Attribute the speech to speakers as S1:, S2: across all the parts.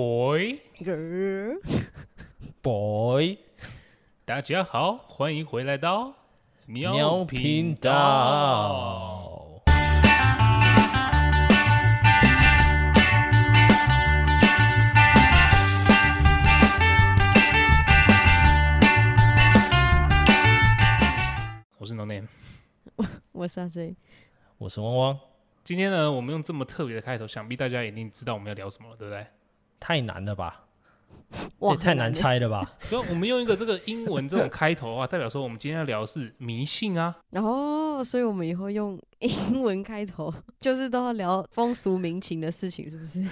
S1: boy
S2: girl，
S3: boy
S1: 大家好，欢迎回来到
S3: 喵频道。
S1: 我是 No Name。
S2: 我是阿 J。
S3: 我是汪汪，
S1: 今天呢，我们用这么特别的开头，想必大家一定知道我们要聊什么了，对不对？
S3: 太难了吧？这
S2: 哇
S3: 也太难
S2: 很欸
S3: 猜了 吧？
S1: 所以我们用一个这个英文这种开头啊，代表说我们今天要聊的是迷信啊。
S2: 耶。哦，所以我们以后用英文开头，就是都要聊风俗民情的事情，是不是？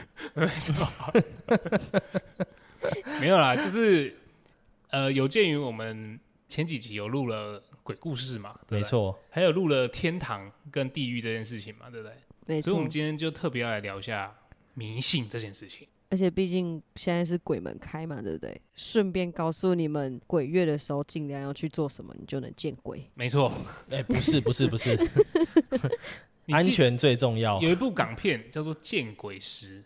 S1: 没有啦，就是呃，有鉴于我们前几集有录了鬼故事嘛，对
S3: 没
S1: 不对，
S3: 错，
S1: 还有录了天堂跟地狱这件事情嘛，对不对？
S2: 没
S1: 所以我
S2: 错
S1: 们。今天就特别要来聊一下迷信这件事情。
S2: 而且毕竟现在是鬼门开嘛，对不对？顺便告诉你们，鬼月的时候尽量要去做什么，你就能见鬼。
S1: 没错，
S3: 哎，不是，不是，不是，
S1: 你
S3: 安
S1: 记
S3: 全最重要。
S1: 有一部港片叫做《见鬼师》，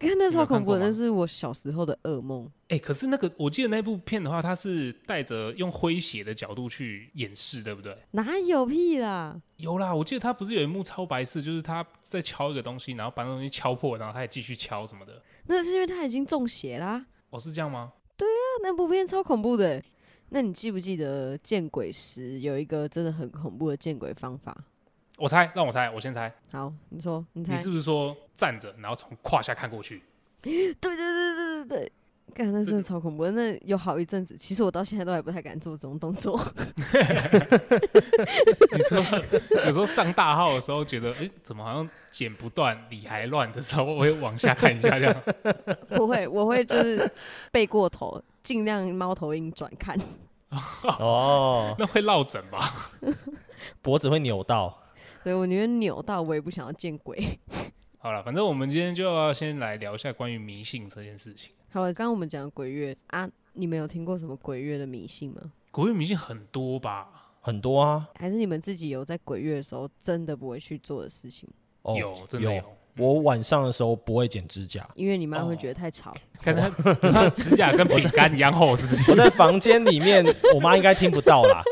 S2: 看那超恐怖的，
S1: 你有看过吗
S2: 那是我小时候的噩梦。
S1: 哎、可是那个我记得那部片的话，它是带着用诙谐的角度去演示，对不对？
S2: 哪有屁啦！
S1: 有啦，我记得他不是有一幕超白痴，就是他在敲一个东西，然后把那东西敲破，然后他也继续敲什么的。
S2: 那是因为他已经中邪啦。啊
S1: 哦，是这样吗？
S2: 那部片超恐怖的欸。那你记不记得《见鬼时》有一个真的很恐怖的见鬼方法？
S1: 我猜，让我猜，我先猜，
S2: 好，你说，你猜。
S1: 你是不是说站着，然后从胯下看过去？
S2: 对对对对对对，干那真的超恐怖的。那有好一阵子，其实我到现在都还不太敢做这种 动作。
S1: 你说有时候上大号的时候，觉得哎、诶怎么好像剪不断，理还乱的时候，我会往下看一下，这样
S2: 不会，我会就是背过头，尽量猫头鹰转看。
S3: 哦，
S1: 那会落枕吧？
S3: 脖子会扭到。
S2: 所以我宁愿扭到，我也不想要见鬼。
S1: 好了，反正我们今天就要先来聊一下关于迷信这件事情。
S2: 好了，刚刚我们讲的鬼月啊，你们有听过什么鬼月的迷信吗？
S1: 国语迷信很多吧？
S3: 很多啊，
S2: 还是你们自己有在鬼月的时候真的不会去做的事情，
S3: 哦，
S1: 有，嗯真的有。
S3: 我晚上的时候不会剪指甲，
S2: 因为你妈
S1: 哦
S2: 会觉得太吵。
S1: 看他， 他指甲跟饼干一样厚，是不是
S3: 我？在房间里面，我妈应该听不到啦。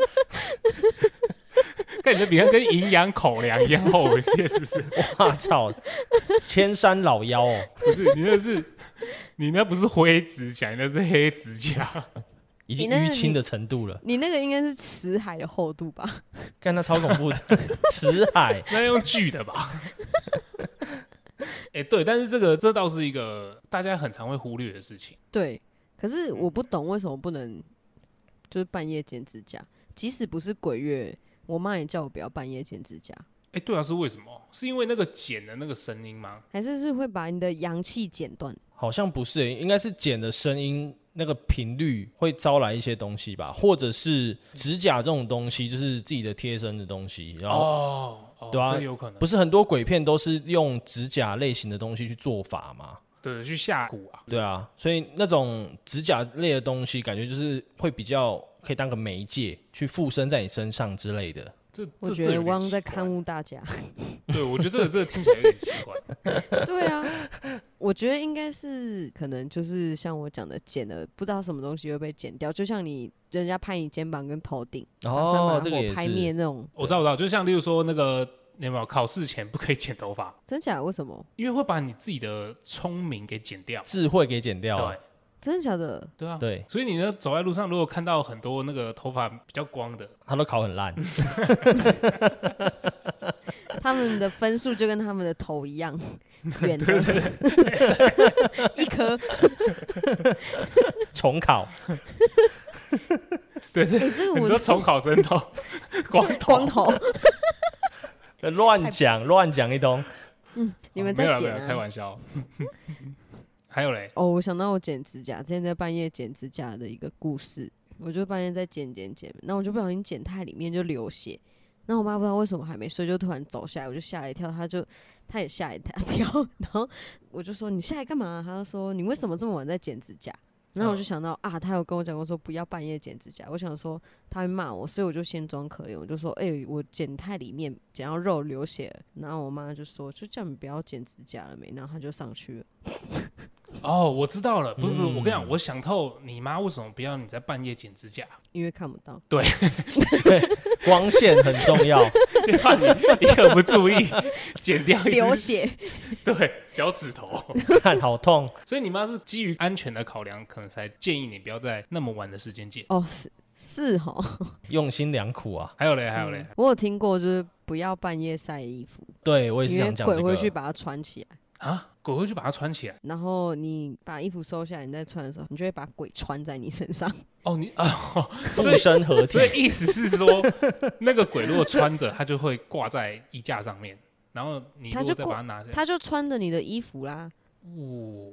S1: 看你的饼干跟营养口粮一样厚，是不是？
S3: 哇操，千山老妖哦，
S1: 不是，你那是你那不是灰指甲，你那是黑指甲。
S3: 已经
S2: 你那
S3: 淤
S2: 个
S3: 青
S2: 你
S3: 的程度了，
S2: 你那个应该是辞海的厚度吧？
S3: 看那超恐怖的 辞海。
S1: 那用锯的吧？ 哎、对，但是这个这倒是一个大家很常会忽略的事情。
S2: 对，可是
S1: 嗯
S2: 我不懂为什么不能，就是半夜剪指甲，即使不是鬼月，我妈也叫我不要半夜剪指甲，
S1: 哎、对啊，是为什么？是因为那个剪的那个声音吗？
S2: 还是是会把你的阳气剪断。
S3: 好像不是、欸，应该是剪的声音那个频率会招来一些东西吧，或者是指甲这种东西，就是自己的贴身的东西。然后
S1: 哦，哦
S3: 对啊
S1: 这有可能。
S3: 不是很多鬼片都是用指甲类型的东西去做法吗？
S1: 对，去下蛊啊。
S3: 对啊，所以那种指甲类的东西，感觉就是会比较可以当个媒介去附身在你身上之类的。
S1: 这
S2: 我
S1: 这
S2: 觉
S1: 这有
S2: 得
S1: 点
S2: 汪
S1: 奇
S2: 在
S1: 怪
S2: 看误大家。
S1: 对，我觉得这个这个听起来有点奇怪。
S2: 对啊，我觉得应该是可能就是像我讲的，剪了不知道什么东西会被剪掉，就像你人家拍你肩膀跟头顶，马上把
S3: 哦，这个
S2: 火
S3: 也
S2: 拍灭
S3: 是。
S2: 那种，
S1: 我知道，我知道，就像例如说那个，你有没有考试前不可以剪头发，
S2: 真假的？为什么？
S1: 因为会把你自己的聪明给剪掉。
S3: 智慧给剪掉
S1: 对
S3: 了，
S2: 真的假的？
S1: 对啊，
S3: 对，
S1: 所以你呢，走在路上如果看到很多那个头发比较光的，
S3: 他都考很烂，
S2: 他们的分数就跟他们的头 一样 圆的， 一颗。
S3: 重考。
S1: 对， 是
S2: 哎、这个
S1: 很
S2: 我
S1: 多哦重考生都光头。
S2: 光头，
S3: 乱讲乱讲一通，
S2: 你
S1: 哦没
S2: 们
S1: 有
S2: 在
S1: 啦没
S2: 剪
S1: 有啦开
S2: 啊？
S1: 玩笑。 还有嘞，
S2: 哦，我想到我剪指甲，之前在半夜剪指甲的一个故事，我就半夜在剪剪剪，那我就不小心剪太里面就流血，那我妈不知道为什么还没睡，就突然走下来，我就吓一跳，她就她也吓一大跳， 然后我就说你下来干嘛？她就说你为什么这么晚在剪指甲？然后我就想到啊，她有跟我讲过说不要半夜剪指甲，我想说她会骂我，所以我就先装可怜，我就说哎、我剪太里面剪到肉流血了，然后我妈就说就叫你不要剪指甲了没，然后她就上去了。
S1: 哦，我知道了，不是不是，我跟你讲，
S3: 嗯
S1: 我想透你妈为什么不要你在半夜剪指甲，
S2: 因为看不到。
S3: 光线很重要。
S1: 怕你一个不注意 剪掉 一
S2: 流
S1: 只
S2: 血，
S1: 对脚趾头，
S3: 看好痛，
S1: 所以你妈是基于安全的考量，可能才建议你不要在那么晚的时间剪。
S2: 哦，是是哈。
S3: 用心良苦啊！
S1: 还有嘞，还有嘞
S2: 嗯， 我有听过，就是不要半夜晒衣服，
S3: 对我也是
S2: 因为
S3: 想讲这
S2: 鬼
S3: 个。
S2: 会去把它穿起来。
S1: 啊，鬼会去把它穿起来。
S2: 然后你把衣服收下来，你再穿的时候，你就会把鬼穿在你身上。
S1: 哦，你 啊，
S3: 附身合体
S1: 所，以意思是说，那个鬼如果穿着，它就会挂在衣架上面，然后你如
S2: 它
S1: 果
S2: 就
S1: 再把它拿下来，
S2: 他就穿着你的衣服啦，
S1: 哦。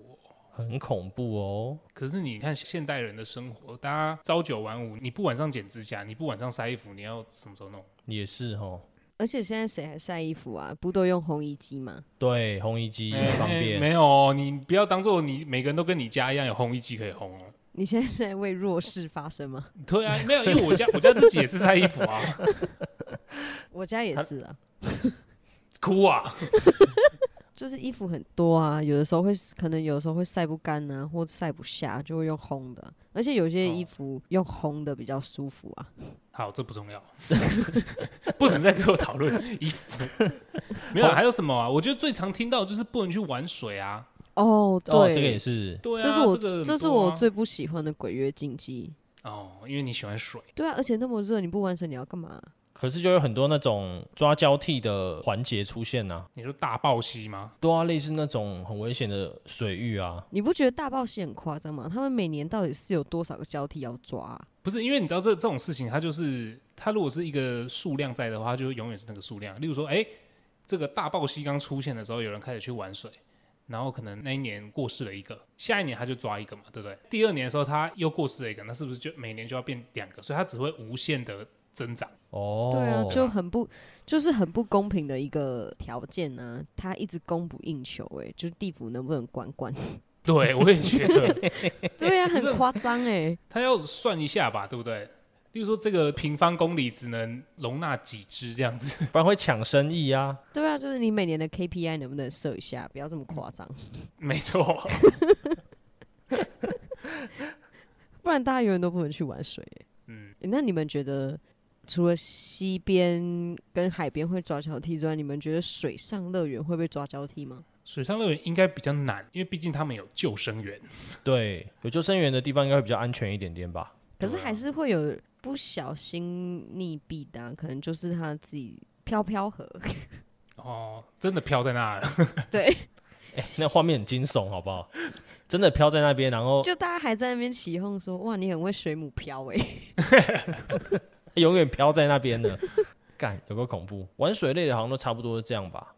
S3: 很恐怖哦。
S1: 可是你看现代人的生活，大家朝九晚五，你不晚上剪指甲，你不晚上晒衣服，你要什么时候弄？
S3: 也是哦，
S2: 而且现在谁还晒衣服啊？不都用烘衣机吗？
S3: 对，烘衣机
S1: 哎
S3: 方
S1: 哎
S3: 便。
S1: 没有哦，你不要当做你每个人都跟你家一样有烘衣机可以烘 哦。
S2: 你现在是在为弱势发声 吗？
S1: 对啊，没有，因为我家我家自己也是晒衣服啊，
S2: 我家也是啊，
S1: 哭啊，
S2: 就是衣服很多啊，有的时候会可能有时候会晒不干啊，或晒不下，就会用烘的。而且有些
S1: 哦
S2: 衣服用烘的比较舒服啊。
S1: 好，这不重要， 不准再跟我讨论衣服。没有啊，还有什么啊？我觉得最常听到就是不能去玩水啊。
S2: 哦，对，
S3: 哦，这个也是。
S1: 对啊，
S2: 这是我、
S1: 个很
S2: 这是
S1: 多啊
S2: 我最不喜欢的鬼月禁忌。
S1: 哦，因为你喜欢水，
S2: 对啊，而且那么热，你不玩水你要干嘛？
S3: 可是就有很多那种抓交替的环节出现呐、啊，
S1: 你说大爆吸吗？
S3: 对啊，类似那种很危险的水域啊。
S2: 你不觉得大爆戏很夸张吗？他们每年到底是有多少个交替要抓啊、
S1: 不是，因为你知道这这种事情，它就是它如果是一个数量在的话，它就永远是那个数量。例如说，哎、这个大爆吸刚出现的时候，有人开始去玩水，然后可能那一年过世了一个，下一年他就抓一个嘛，对不对？第二年的时候他又过世了一个，那是不是就每年就要变两个？所以它只会无限的增长。
S3: 哦，
S2: 对啊，就很不，就是很不公平的一个条件呢、啊。他一直供不应求、欸，哎，就是地府能不能管 管？
S1: 对，我也觉得
S2: 对啊，
S1: 不是
S2: 很夸张哎。
S1: 他要算一下吧，对不对？例如说，这个平方公里只能容纳几只这样子，
S3: 不然会抢生意啊。
S2: 对啊，就是你每年的 KPI 能不能设一下？不要这么夸张，
S1: 没错。
S2: 不然大家永远都不能去玩水、欸
S1: 嗯，
S2: 欸那你们觉得，除了西边跟海边会抓交替之外，你们觉得水上乐园会被抓交替吗？
S1: 水上乐园应该比较难，因为毕竟他们有救生员。
S3: 对，有救生员的地方应该会比较安全一点点吧。
S2: 可是
S1: 对啊
S2: 还是会有不小心溺毙的啊、可能就是他自己飘飘河。
S1: 哦，真的飘在那了。
S2: 对，
S3: 哎、那画面很惊悚，好不好？真的飘在那边，然后
S2: 就大家还在那边起哄说：“哇，你很会水母漂哎、
S3: 永远飘在那边呢。干，有个恐怖。玩水类的好像都差不多是这样吧。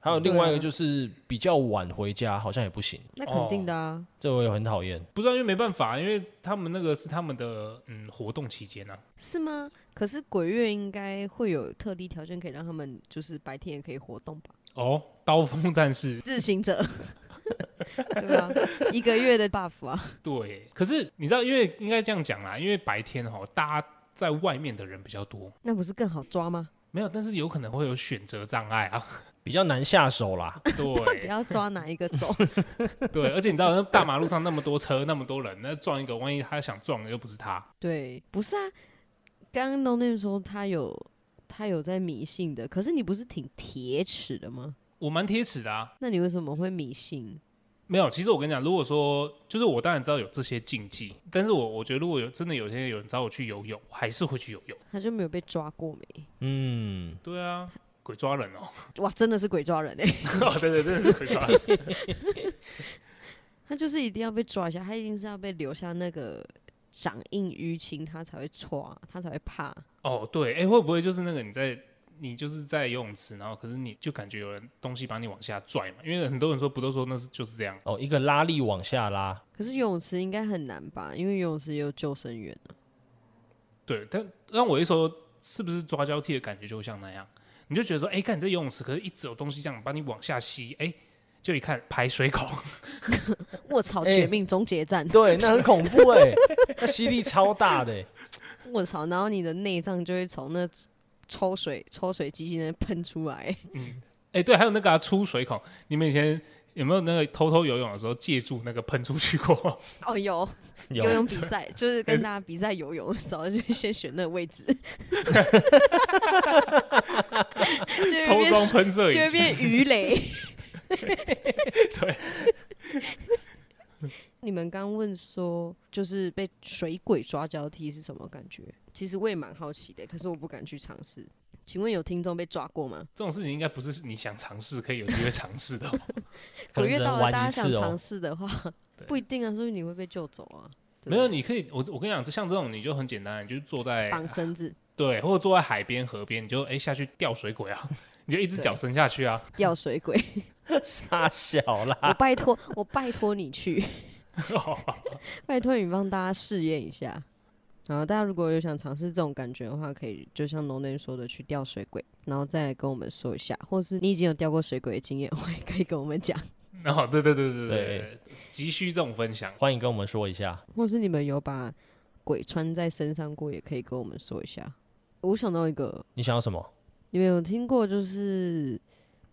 S3: 还有另外一个
S2: 对啊
S3: 就是比较晚回家，好像也不行，
S2: 那肯定的啊，
S3: 这我也很讨厌。
S1: 不知道，因为没办法，因为他们那个是他们的嗯活动期间啊。
S2: 是吗？可是鬼月应该会有特例条件，可以让他们就是白天也可以活动吧？
S1: 哦，刀锋战 士，
S2: 日行者，对吧？一个月的 buff 啊，
S1: 对。可是你知道，因为应该这样讲啦，因为白天哈，大家在外面的人比较多，
S2: 那不是更好抓吗？
S1: 没有，但是有可能会有选择障碍啊。
S3: 比较难下手啦。
S2: 到底
S1: 对
S2: 要抓哪一个走？
S1: 对，而且你知道，那大马路上那么多车，那么多人，那撞一个，万一他想撞的又不是他，
S2: 对，不是啊，刚刚 No Name 说他有他有在迷信的，可是你不是挺铁齿的吗？
S1: 我蛮贴齿的啊。
S2: 那你为什么会迷信？
S1: 没有，其实我跟你讲，如果说就是我当然知道有这些禁忌，但是我我觉得如果有真的有一天有人找我去游泳，我还是会去游泳。
S2: 他就没有被抓过没？
S3: 嗯，
S1: 对啊，鬼抓人哦！
S2: 哇，真的是鬼抓人哎、
S1: 哦，对对，真的是鬼抓人。
S2: 他就是一定要被抓一下，他一定是要被留下那个掌印淤青，他才会抓，他才会怕。
S1: 哦，对，哎，会不会就是那个你在你就是在游泳池，然后可是你就感觉有人东西把你往下拽嘛？因为很多人说不都说那是就是这样，
S3: 哦，一个拉力往下拉，
S2: 可是游泳池应该很难吧？因为游泳池也有救生员啊、
S1: 对。但让我一说，是不是抓交替的感觉就像那样？你就觉得说，哎，看你在游泳池，可是一直有东西这样把你往下吸，哎，就一看排水 口，
S2: 卧槽，
S3: 哎
S2: 啊绝命终结战！
S3: 对，那很恐怖哎、那吸力超大的、欸。
S2: 卧槽，然后你的内脏就会从那抽水抽水机器那喷出来。
S1: 哎，对，还有那个、啊、出水孔，你们以前。有没有那个偷偷游泳的时候借助那个喷出去 过？
S2: 哦，有
S3: 有
S2: 游泳 比赛，就是跟大家比赛游泳的时候，就先选那个位置，就
S1: 偷
S2: 会
S1: 装
S2: 变
S1: 喷射
S2: 就
S1: 引
S2: 会
S1: 擎，
S2: 变鱼雷。
S1: 对。
S2: 你们刚问说，就是被水鬼抓交替是什么感觉？其实我也蛮好奇的，可是我不敢去尝试。请问有听众被抓过吗？
S1: 这种事情应该不是你想尝试可以有机会尝试的哦、
S2: 九
S3: 可能
S2: 月
S3: 只
S2: 到
S3: 能
S2: 了，
S3: 玩
S2: 大家
S3: 一
S2: 想
S3: 次
S2: 尝
S3: 哦。
S2: 试的 话，
S1: 对
S2: 不一定啊，所以你会被救走啊。对不
S1: 没有，
S2: 对
S1: 你可以，我我跟你讲，像这种你就很简单，你就坐在
S2: 绑绳子、
S1: 对，或者坐在海边、河边，你就哎、下去钓水鬼啊， 你就一只脚伸下去啊。
S2: 吊水 鬼，
S3: 傻小
S2: 我
S3: 啦，
S2: 拜托，我拜托你 去，拜托你帮大家试验一下。然后大家如果有想尝试这种感觉的话，可以就像农内说的去吊水鬼，然后再来跟我们说一下，或是你已经有吊过水鬼的经验，我也可以跟我们讲，
S1: 然后哦对对对对
S3: 对
S1: 对，急需这种分享。
S3: 欢迎跟我们说一下。
S2: 或是你们有把鬼穿在身上过，也可以跟我们说一下。我想到一个，
S3: 你想要什么？
S2: 你们有听过就是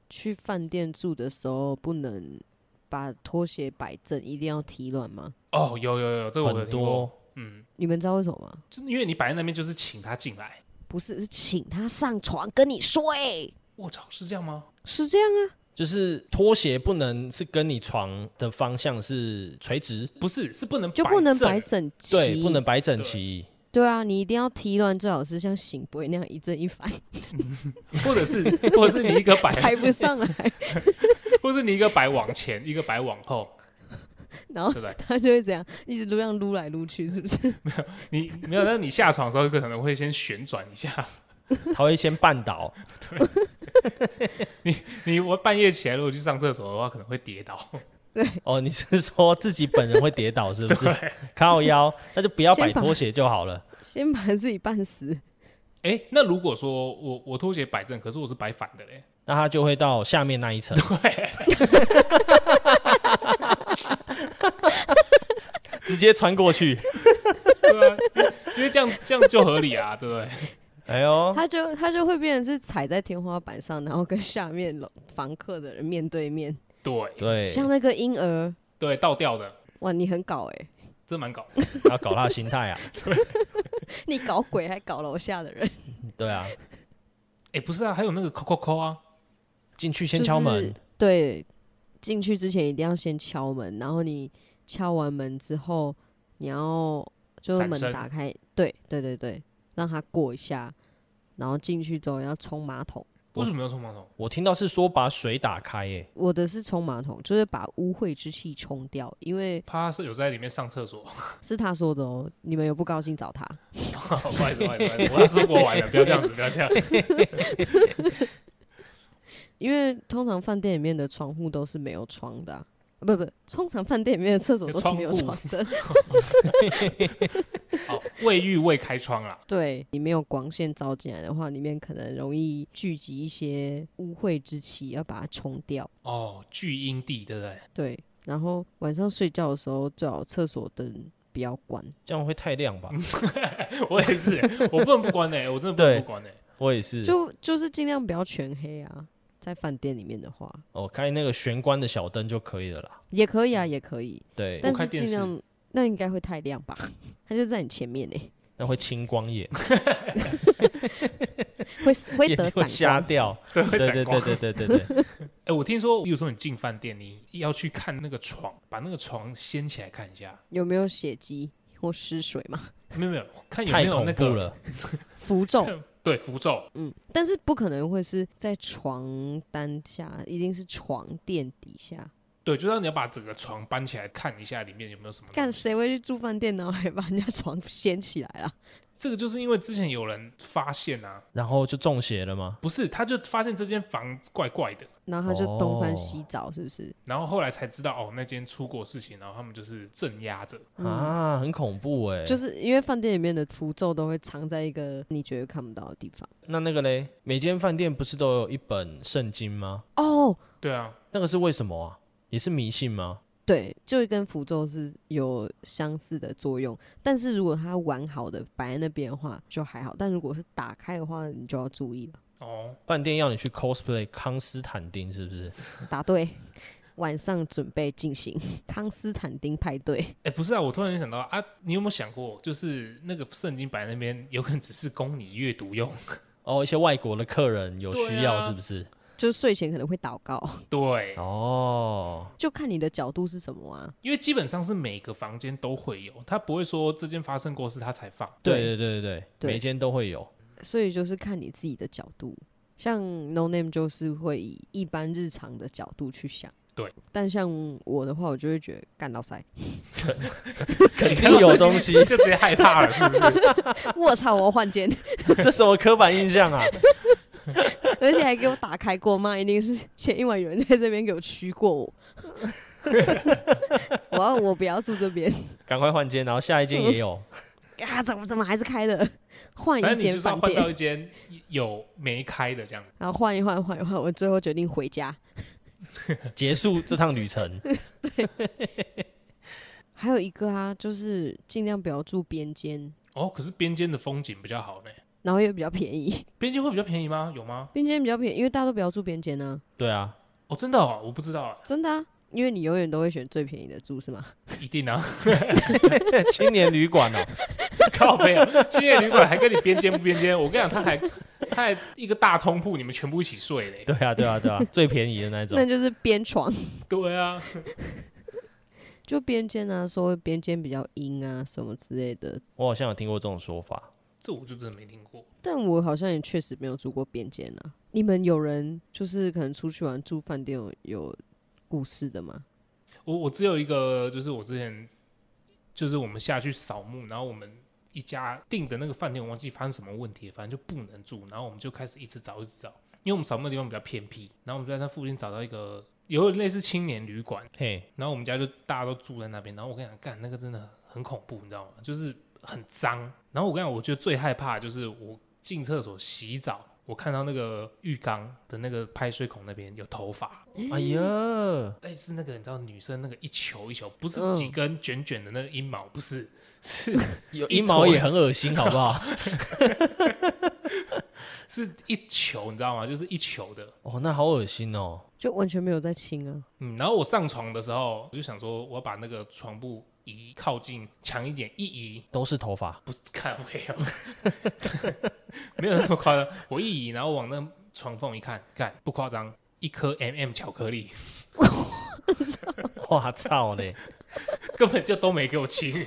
S2: 去饭店住的时候不能把拖鞋摆正，一定要踢乱吗？
S1: 哦，有有有，这个我有
S3: 很
S1: 听过。
S3: 多
S1: 嗯，
S2: 你们知道为什么吗？
S1: 就因为你摆在那边就是请他进来。
S2: 不是，是请他上床跟你睡，
S1: 我操，是这样吗？
S2: 是这样啊？
S3: 就是拖鞋不能是跟你床的方向是垂直，
S1: 不是，是不能
S2: 就不能
S1: 正
S2: 摆整齐，
S3: 对，不能摆整齐。
S2: 对啊，你一定要踢乱，最好是像醒杯那样一正一反，
S1: 或者是或者是你一个摆，
S2: 抬不上来，
S1: 或者是你一个摆往前，一个摆往后，
S2: 然后
S1: 对不 对？
S2: 他就会这样一直撸，这样撸来撸去，是不是？
S1: 你没有，那你下床的时候可能会先旋转一下。
S3: 他会先绊倒，
S1: 你我半夜起来如果去上厕所的话，可能会跌倒。
S3: 哦，你是说自己本人会跌倒是 不是？靠腰，那就不要摆
S2: 先把
S3: 拖鞋就好了。
S2: 先把自己绊死，
S1: 哎、那如果说我我拖鞋摆正，可是我是摆反的嘞，
S3: 那它就会到下面那一层， 直接穿过去。
S1: 对啊，因为这样这样就合理啊，对不对？
S3: 哎呦，
S2: 他就他就会变成是踩在天花板上，然后跟下面楼房客的人面对面，
S1: 对
S3: 对，
S2: 像那个婴儿，
S1: 对，倒吊的，
S2: 哇，你很搞哎、
S1: 这蛮搞。
S3: 要搞他心态啊，
S2: 你搞鬼还搞楼下的人，
S3: 对啊，
S1: 哎、不是啊，还有那个扣扣扣啊，
S3: 进去 先敲
S2: 就
S3: 门
S2: 是，对，进去之前一定要先敲门，然后你敲完门之后，你要就是
S1: 闪
S2: 门
S1: 身
S2: 打开，对对对对，让他过一下，然后进去之后要冲马桶。
S1: 为什么要冲马桶？
S3: 我听到是说把水打开耶，
S2: 我的是冲马桶，就是把污秽之气冲掉，因为
S1: 怕他是有在里面上厕所。
S2: 是他说的哦， 你们有不高兴找他。
S1: 不好意思，不好意思，不好意思我要出国玩了，不要这样子，不要这样。
S2: 因为通常饭店里面的窗户都是没有窗的啊、啊不不，通常饭店里面的厕所都是没有
S1: 窗
S2: 窗的，
S1: 好，卫浴未开窗啊，
S2: 对你没有光线照进来的话，里面可能容易聚集一些污秽之气，要把它冲掉。
S1: 哦，聚阴地，对不 对？
S2: 对，然后晚上睡觉的时候最好厕所灯不要关。
S3: 这样会太亮吧？
S1: 嗯我也是，我不能不关哎、我真的不能
S3: 对
S1: 不关哎、
S3: 我也是，
S2: 就就是尽量不要全黑啊，在饭店里面的话
S3: 哦，开那个玄关的小灯就可以了啦。
S2: 也可以啊，也可以，
S3: 嗯对，
S2: 但
S1: 开
S2: 是
S1: 电
S2: 尽量那应该会太亮吧？ 它就在你前面呢，
S3: 那会青光眼，
S2: 会会
S3: 眼
S2: 得
S3: 睛会
S2: 散
S3: 瞎
S2: 光。
S3: 掉。
S1: 对，
S3: 对
S1: 会
S3: 对
S1: 闪光
S3: 对。对对 对对，
S1: 哎、我听说，比如说你进饭店，你要去看那个床，把那个床掀起来看一下，
S2: 有没有血迹或湿水嘛？
S1: 没有没有，看有没
S3: 太
S1: 有
S3: 恐
S1: 那
S3: 怖
S1: 个
S3: 了。
S2: 符 咒，
S1: 对符咒，
S2: 嗯，但是不可能会是在床单下，一定是床垫底下。
S1: 对，就是你要把整个床搬起来看一下里面有没有什么东西。
S2: 干谁会去住饭店然后还把人家床掀起来啊啦？
S1: 这个就是因为之前有人发现啊，
S3: 然后就中邪了吗？
S1: 不是，他就发现这间房怪怪的，
S2: 然后他就东翻
S3: 哦
S2: 西找，是不是？
S1: 然后后来才知道哦，那间出过事情，然后他们就是镇压着。
S3: 啊，很恐怖哎。
S2: 就是因为饭店里面的符咒都会藏在一个你绝对看不到的地方。
S3: 那那个嘞，每间饭店不是都有一本圣经吗？
S2: 哦，
S1: 对啊，
S3: 那个是为什么啊？也是迷信吗？
S2: 对，就跟符咒是有相似的作用，但是如果它完好的摆在那边的话就还好，但如果是打开的话，你就要注意了。
S1: 哦，
S3: 饭店要你去 cosplay 康斯坦丁是不是？
S2: 答对， 晚上准备进行康斯坦丁派对。
S1: 哎、不是啊，我突然想到啊，你有没有想过，就是那个圣经摆那边，有可能只是供你阅读用。
S3: 哦，一些外国的客人有需
S1: 对
S3: 要
S1: 啊
S3: 是不是？
S2: 就是睡前可能会祷告，
S1: 对，
S3: 哦，
S2: 就看你的角度是什么啊。
S1: 因为基本上是每个房间都会有，他不会说这间发生过事他才放。
S3: 对
S2: 对
S3: 对对对
S2: 对
S3: 对，每间都会有。
S2: 所以就是看你自己的角度。像 No Name 就是会以一般日常的角度去想，
S1: 对。
S2: 但像我的话，我就会觉得干到塞，
S3: 肯定有东 西
S1: 就直接害怕了，是不是？
S2: 我操，我要换间，
S3: 这什么刻板印象啊？
S2: 而且还给我打开过，妈一定是前一晚有人在这边给我驱过我。 我要我不要住这边，
S3: 赶快换间，然后下一间也有。
S2: 啊，怎么怎么还是开的？换
S1: 反
S2: 一
S1: 正你就
S2: 间
S1: 是要
S2: 饭
S1: 换到
S2: 店，
S1: 一间有没开的这样。
S2: 然后换一换换一换，我最后决定回家。
S3: 结束这趟旅程，
S2: 还有一个啊，就是尽量不要住边间，
S1: 哦，可是边间的风景比较好呢。
S2: 然后又比较便宜。
S1: 边间会比较便宜吗？有吗？
S2: 边间比较便宜，因为大家都不要住边间呢、
S3: 对啊，
S1: 哦，真的哦，我不知道啊，
S2: 真的啊，因为你永远都会选最便宜的住，是吗？
S1: 一定啊，
S3: 青年旅馆哦，
S1: 靠背啊，青年旅馆还跟你边间不边间，我跟你讲，他还他还一个大通铺，你们全部一起睡嘞。
S3: 对啊，对啊，对啊，最便宜的那 种
S2: 那，就是边床，
S1: 对啊，
S2: 就边间啊，说边间比较阴啊，什么之类的。
S3: 我好像有听过这种说法。
S1: 这我就真的没听过。
S2: 但我好像也确实没有住过边间啊。你们有人就是可能出去玩住饭店有有故事的吗？
S1: 我我只有一个，就是我之前就是我们下去扫墓，然后我们一家订的那个饭店，我忘记发生什么问题，反正就不能住，然后我们就开始一直找一直找，因为我们扫墓的地方比较偏僻，然后我们就在那附近找到一个有点类似青年旅馆，
S3: 嘿，
S1: 然后我们家就大家都住在那边，然后我跟你讲，干那个真的很恐怖，你知道吗？就是很脏。然后我跟你讲，我觉得最害怕的就是我进厕所洗澡，我看到那个浴缸的那个排水孔那边有头发，
S3: 哎呀，
S1: 类似那个你知道女生那个一球一球，不是
S2: 嗯
S1: 几根卷卷的那个阴毛，不是，是
S3: 有
S1: 一
S3: 阴毛
S1: 坨
S3: 也很恶 心，好不好？
S1: 是一球，你知道吗？就是一球的。
S3: 哦，那好恶心哦。
S2: 就完全没有在亲啊。
S1: 嗯，然后我上床的时候，我就想说，我要把那个床布移靠近墙一点，一移
S3: 都是头发，
S1: 不是看没有， 没有那么夸张。我一移，然后往那床缝一看，看不夸张，一颗 MM 巧克力，
S3: 哇操嘞，
S1: 根本就都没给我亲。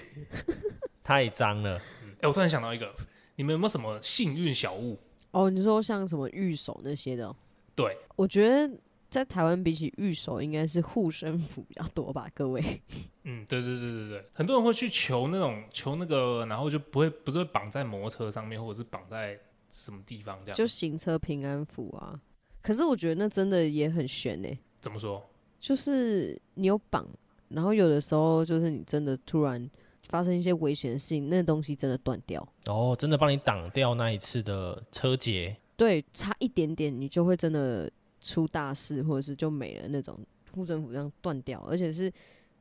S3: 太脏了。
S1: 嗯哎、我突然想到一个，你们有没有什么幸运小物？
S2: 哦，你说像什么御守那些的哦、
S1: 对，
S2: 我觉得在台湾比起御守，应该是护身符比较多吧，各位。
S1: 嗯，对对对对对，很多人会去求那种求那个，然后就不会不是会绑在摩托车上面，或者是绑在什么地方这样。
S2: 就行车平安符啊，可是我觉得那真的也很悬呢、
S1: 怎么说？
S2: 就是你有绑，然后有的时候就是你真的突然发生一些危险的事情，那东西真的断掉，
S3: 哦，真的帮你挡掉那一次的车劫，
S2: 对，差一点点你就会真的出大事，或者是就没了那种护身符这样断掉，而且是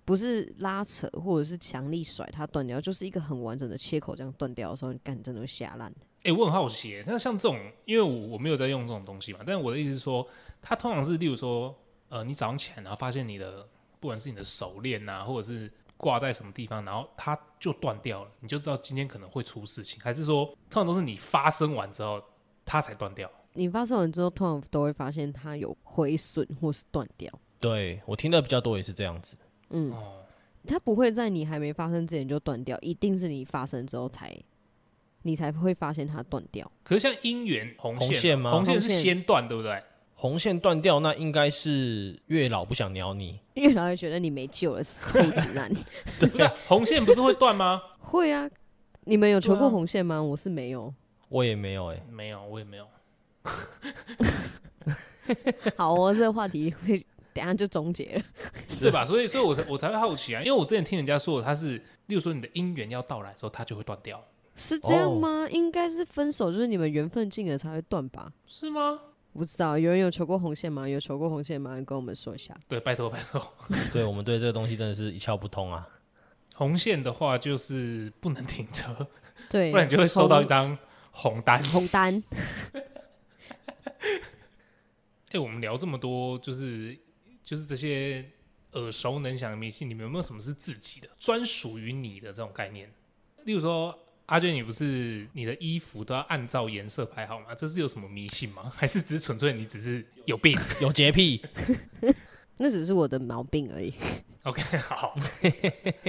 S2: 不是拉扯或者是强力甩它断掉，就是一个很完整的切口这样断掉的时候，你干你真的会吓烂。
S1: 哎、我很好奇耶，那像这种，因为我我没有在用这种东西嘛，但我的意思是说，它通常是例如说，呃，你早上起来然后发现你的不管是你的手链啊，或者是挂在什么地方，然后它就断掉了，你就知道今天可能会出事情，还是说通常都是你发生完之后它才断掉？
S2: 你发生完之后，通常都会发现它有毁损或是断掉，
S3: 对我听的比较多也是这样子。
S2: 嗯，
S1: 哦，
S2: 它不会在你还没发生之前就断掉，一定是你发生之后才，你才会发现它断掉。
S1: 可是像姻缘红线
S3: 红
S1: 啊，
S3: 线吗
S1: 红线
S2: 红
S1: 是
S2: 线
S1: 先断，对不对？
S3: 红线断掉，那应该是月老不想鸟你。
S2: 因为老会觉得你没救了，臭 直男。
S1: 不是啊红线不是会断吗？
S2: 会啊，你们有求
S1: 对
S2: 过
S1: 啊
S2: 红线吗？我是没有。
S3: 我也没有哎、
S1: 没有，我也没有。啊
S2: 好哦，这个话题会等一下就终结了。
S1: 对吧？所以，所以我才我才会好奇啊，因为我之前听人家说，他是，例如说你的姻缘要到来的时候，它就会断掉，
S2: 是这样吗？
S1: 哦
S2: 应该是分手，就是你们缘分尽了才会断吧？
S1: 是吗？
S2: 不知道有人有求过红线吗？有求过红线吗？跟我们说一下。
S1: 对，拜托拜托。
S3: 对我们对这个东西真的是一窍不通 啊。
S1: 红线的话就是不能停车，
S2: 对，
S1: 不然你就会收到一
S2: 红
S1: 张红 单。
S2: 红单。
S1: 哎、我们聊这么多，就是就是这些耳熟能详的明星里面，有没有什么是自己的、专属于你的这种概念？例如说，阿娟，你不是你的衣服都要按照颜色排好吗？这是有什么迷信吗？还是只是纯粹你只是有病
S3: 有洁癖，
S2: 那只是我的毛病而已。
S1: ？OK，好。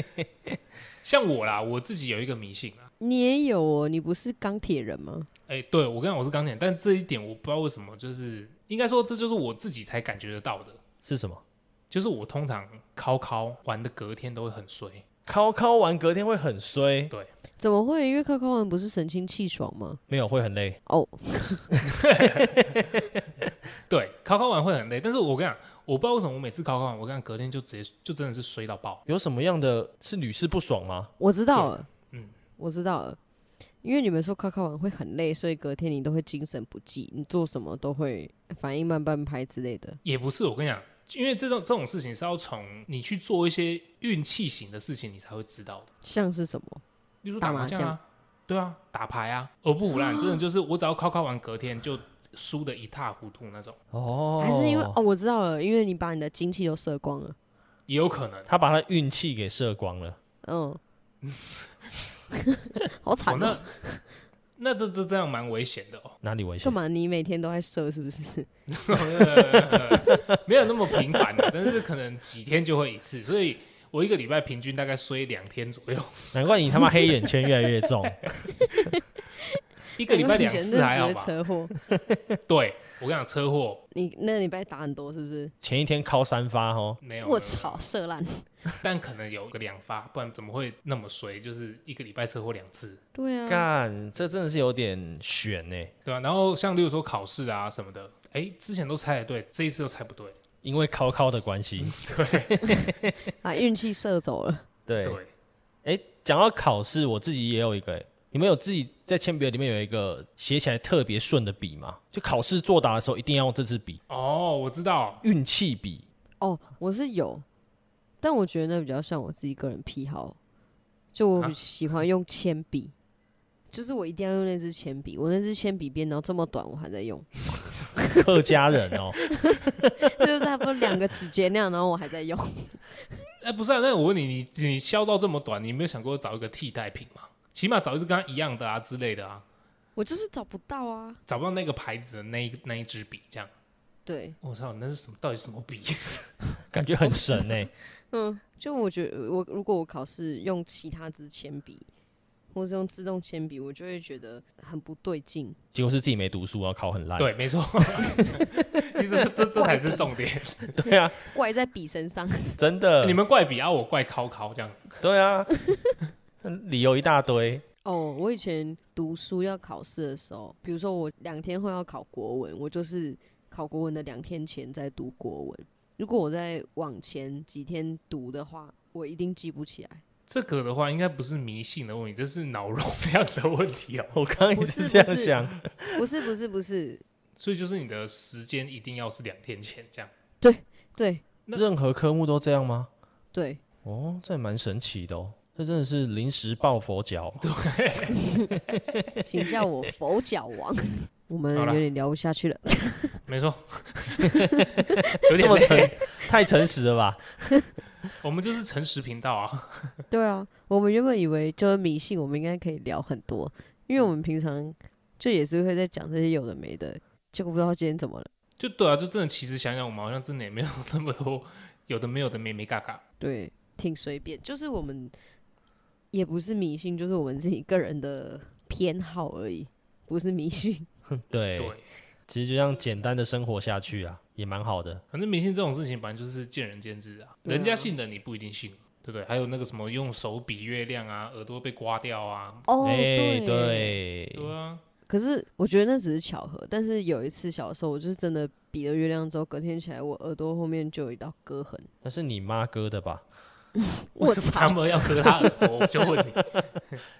S1: 像我啦，我自己有一个迷信啊。
S2: 你也有哦，你不是钢铁人吗？
S1: 哎、对我跟你讲，我是钢铁人，但这一点我不知道为什么，就是应该说这就是我自己才感觉得到的。
S3: 是什么？
S1: 就是我通常考考玩的隔天都会很衰，
S3: 敲敲完隔天会很衰，
S2: 怎么会？因为柯柯文不是神清气爽吗？
S3: 没有会很累。
S2: 哦，
S1: 对，考考完会很累，但是我跟你讲，我不知道为什么我每次考考完，我跟你讲隔天就直接就真的是衰到爆。
S3: 有什么样的是屡试不爽吗？
S2: 我知道了，
S1: 对嗯，
S2: 我知道了。因为你们说考考完会很累，所以隔天你都会精神不济，你做什么都会反应慢半拍之类的。
S1: 也不是，我跟你讲，因为这种这种事情是要从你去做一些运气型的事情，你才会知道的，
S2: 像是什么？
S1: 例如嗯
S2: 打
S1: 打
S2: 麻
S1: 麻
S2: 将
S1: 将啊，对啊，打牌啊，而不腐烂，真的就是我只要考考完隔天就输的一塌糊涂那种，
S3: 哦，
S2: 还是因为哦，我知道了，因为你把你的精气都射光了。
S1: 也有可能。
S3: 他把他运气给射光了？
S2: 嗯，好
S1: 哦
S2: 惨，
S1: 那
S2: 哦！
S1: 那这这这样蛮危险的哦。
S3: 哪里危险
S2: 干？嘛？你每天都在射是不是？
S1: 没有那么频繁的，但是可能几天就会一次，所以我一个礼拜平均大概衰两天左右，
S3: 难怪你他妈黑眼圈越来越 重。
S1: 一个礼拜两
S2: 以前
S1: 次还好
S2: 那直接
S1: 吧？
S2: 车祸，
S1: 对我跟你讲，车祸
S2: 你那个礼拜打很多是不是？
S3: 前一天敲三发哦，
S1: 没有，
S2: 我操，射烂！
S1: 但可能有个两发，不然怎么会那么衰？就是一个礼拜车祸两次，
S2: 对啊，
S3: 干，这真的是有点悬呢、欸
S1: 对吧、然后像例如说考试啊什么的，哎、之前都猜得对，这一次又猜不对，
S3: 因为敲敲的关系。
S2: 啊，运气射走了。
S3: 对，
S1: 对，
S3: 哎，讲到考试，我自己也有一个、欸，你们有自己在铅笔里面有一个写起来特别顺的笔吗？就考试作答的时候一定要用这支笔，
S1: 哦，我知道，
S3: 运气笔。
S2: 哦，我是有，但我觉得那比较像我自己个人癖好，就我
S1: 啊
S2: 喜欢用铅笔，就是我一定要用那支铅笔，我那支铅笔变到这么短，我还在用，
S3: 客家人 哦，
S2: 就是差不多两个指节那样，然后我还在用。
S1: 哎、不是、啊，那我问你，你你削到这么短，你没有想过找一个替代品吗？起码找一支跟它一样的啊之类的啊，
S2: 我就是找不到啊。
S1: 找不到那个牌子的那一那一支笔，这样。
S2: 对，
S1: 我操，那是什么？到底什么笔？
S3: 感觉很神呢、欸
S2: 嗯，就我觉得我如果我考试用其他支铅笔，或是用自动铅笔，我就会觉得很不对劲。
S3: 结果是自己没读书，然后考很烂。
S1: 对，没错。 其实这这这才是重 点。
S3: 对啊，
S2: 怪在笔身上，
S3: 真的，
S1: 你们怪笔啊，我怪考考这样。
S3: 对啊， 理由一大堆。
S2: 哦，我以前读书要考试的时候，比如说我两天后要考国文，我就是考国文的两天前在读国文。如果我在往前几天读的话，我一定记不起来。
S1: 这个的话，应该不是迷信的问题，这是脑容量的问题哦。
S3: 我刚刚也
S2: 不
S3: 是
S2: 是
S3: 这样
S2: 不是
S3: 想，
S2: 不是不是不是，
S1: 所以就是你的时间一定要是两天前这样。
S2: 对
S3: 任何科目都这样吗？
S2: 对，
S3: 哦，这也蛮神奇的哦，这真的是临时抱 佛脚。
S2: 请叫我佛脚王。我们
S1: 好啦
S2: 有点聊不下 去了，
S1: 没错，
S3: 有
S1: 点
S3: 这么
S1: 累
S3: 诚， 太诚实 了吧？
S1: 我们就是诚实频道啊。
S2: 对啊，我们原本以为就是迷信，我们应该可以聊很多，因为我们平常就也是会在讲这些有的没的，结果不知道今天怎么了。
S1: 就对啊，就真的，其实想想，我们好像真的也没有那么多有的没有的没没嘎嘎。
S2: 对，挺随便，就是我们也不是迷信，就是我们自己个人的偏好而已，不是迷 信。哎
S3: 对，
S1: 对，
S3: 其实就这样简单的生活下去啊，也蛮好的。
S1: 反正迷信这种事情，反正就是见仁见智啊。
S2: 对啊
S1: 人家信的你不一定信，对不对？还有那个什么用手比月亮啊，耳朵被刮掉啊，
S2: 哦
S3: 哎，
S1: 对啊，
S2: 可是我觉得那只是巧合，但是有一次小的时候，我就是真的比了月亮之后，隔天起来我耳朵后面就有一道割痕。
S3: 那是你妈割的吧？
S1: 为
S2: 我
S1: 什么他
S2: 操！
S1: 们要割他耳朵？我就问你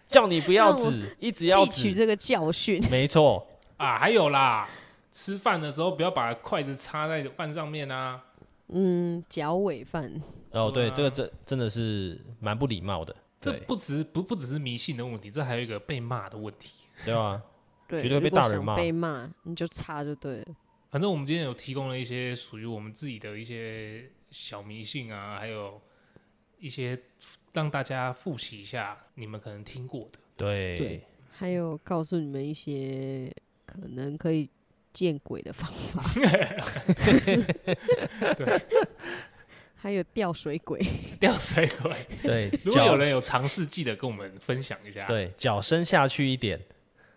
S3: 叫你不要
S2: 让我
S3: 指，一直要
S2: 汲取
S3: 指，
S2: 这个教训，
S3: 没错，
S1: 啊，还有啦，吃饭的时候不要把筷子插在饭上面啊。
S2: 嗯，脚尾饭，
S3: 哦，
S1: 对
S3: 对，
S1: 啊
S3: 这个真真的是蛮不礼貌的，
S1: 这
S3: 对
S1: 不只不不只是迷信的问题，这还有一个被骂的问题。
S3: 对吧？
S2: 对，
S3: 绝对被
S2: 如果
S3: 大人
S2: 想
S3: 骂
S2: 被骂你就擦就对了。
S1: 反正我们今天有提供了一些属于我们自己的一些小迷信啊，还有一些让大家复习一下你们可能听过的。
S3: 对
S2: 对还有告诉你们一些可能可以见鬼的方法。
S1: 对，
S2: 还有吊水鬼，
S1: 吊水 鬼，
S3: 对，
S1: 如果有
S3: 脚
S1: 人有尝试，记得跟我们分享一下。，
S3: 对脚伸下去一点，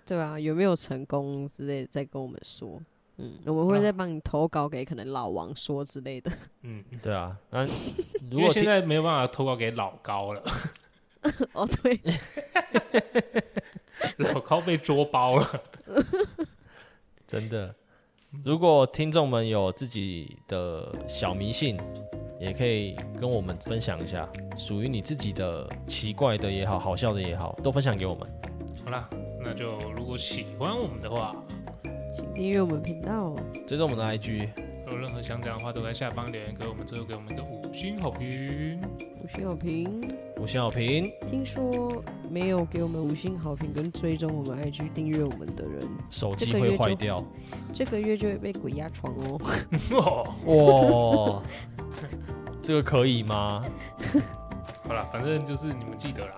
S2: 对吧、有没有成功之类的，再跟我们说。嗯，我们会再帮你投稿给可能老王说之类的。
S1: 嗯，
S3: 对啊。 那如
S1: 因为
S3: 果
S1: 现
S3: 听
S1: 在没有办法投稿给老高了，
S2: 哦，对，
S1: 老高被捉包了。
S3: 真的，如果听众们有自己的小迷信，也可以跟我们分享一下，属于你自己的奇怪的也好，好笑的也好，都分享给我们。
S1: 好啦，那就如果喜欢我们的话，
S2: 请订阅我们频道哦。
S3: 追踪我们的 IG，
S1: 有任何想讲的话，都在下方留言给我们，最后给我们一个五星好评。
S2: 五星好评，
S3: 五星好评，
S2: 听说没有给我们五星好评跟追踪我们 IG 订阅我们的人，
S3: 手
S2: 这
S3: 机
S2: 个
S3: 会
S2: 月就
S3: 坏掉。
S2: 这个月就会被鬼压床哦。
S1: 哦，
S3: 哇，这个可以吗？
S1: 好了，反正就是你们记得啦，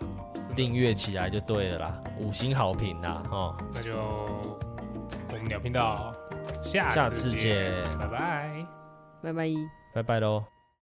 S3: 订阅起来就对了啦，五星好评啦，哦，
S1: 那就我们聊频道，下
S3: 下
S1: 次
S3: 次
S1: 见，
S3: 见
S1: 拜拜。
S2: 拜拜。
S3: 拜拜喽。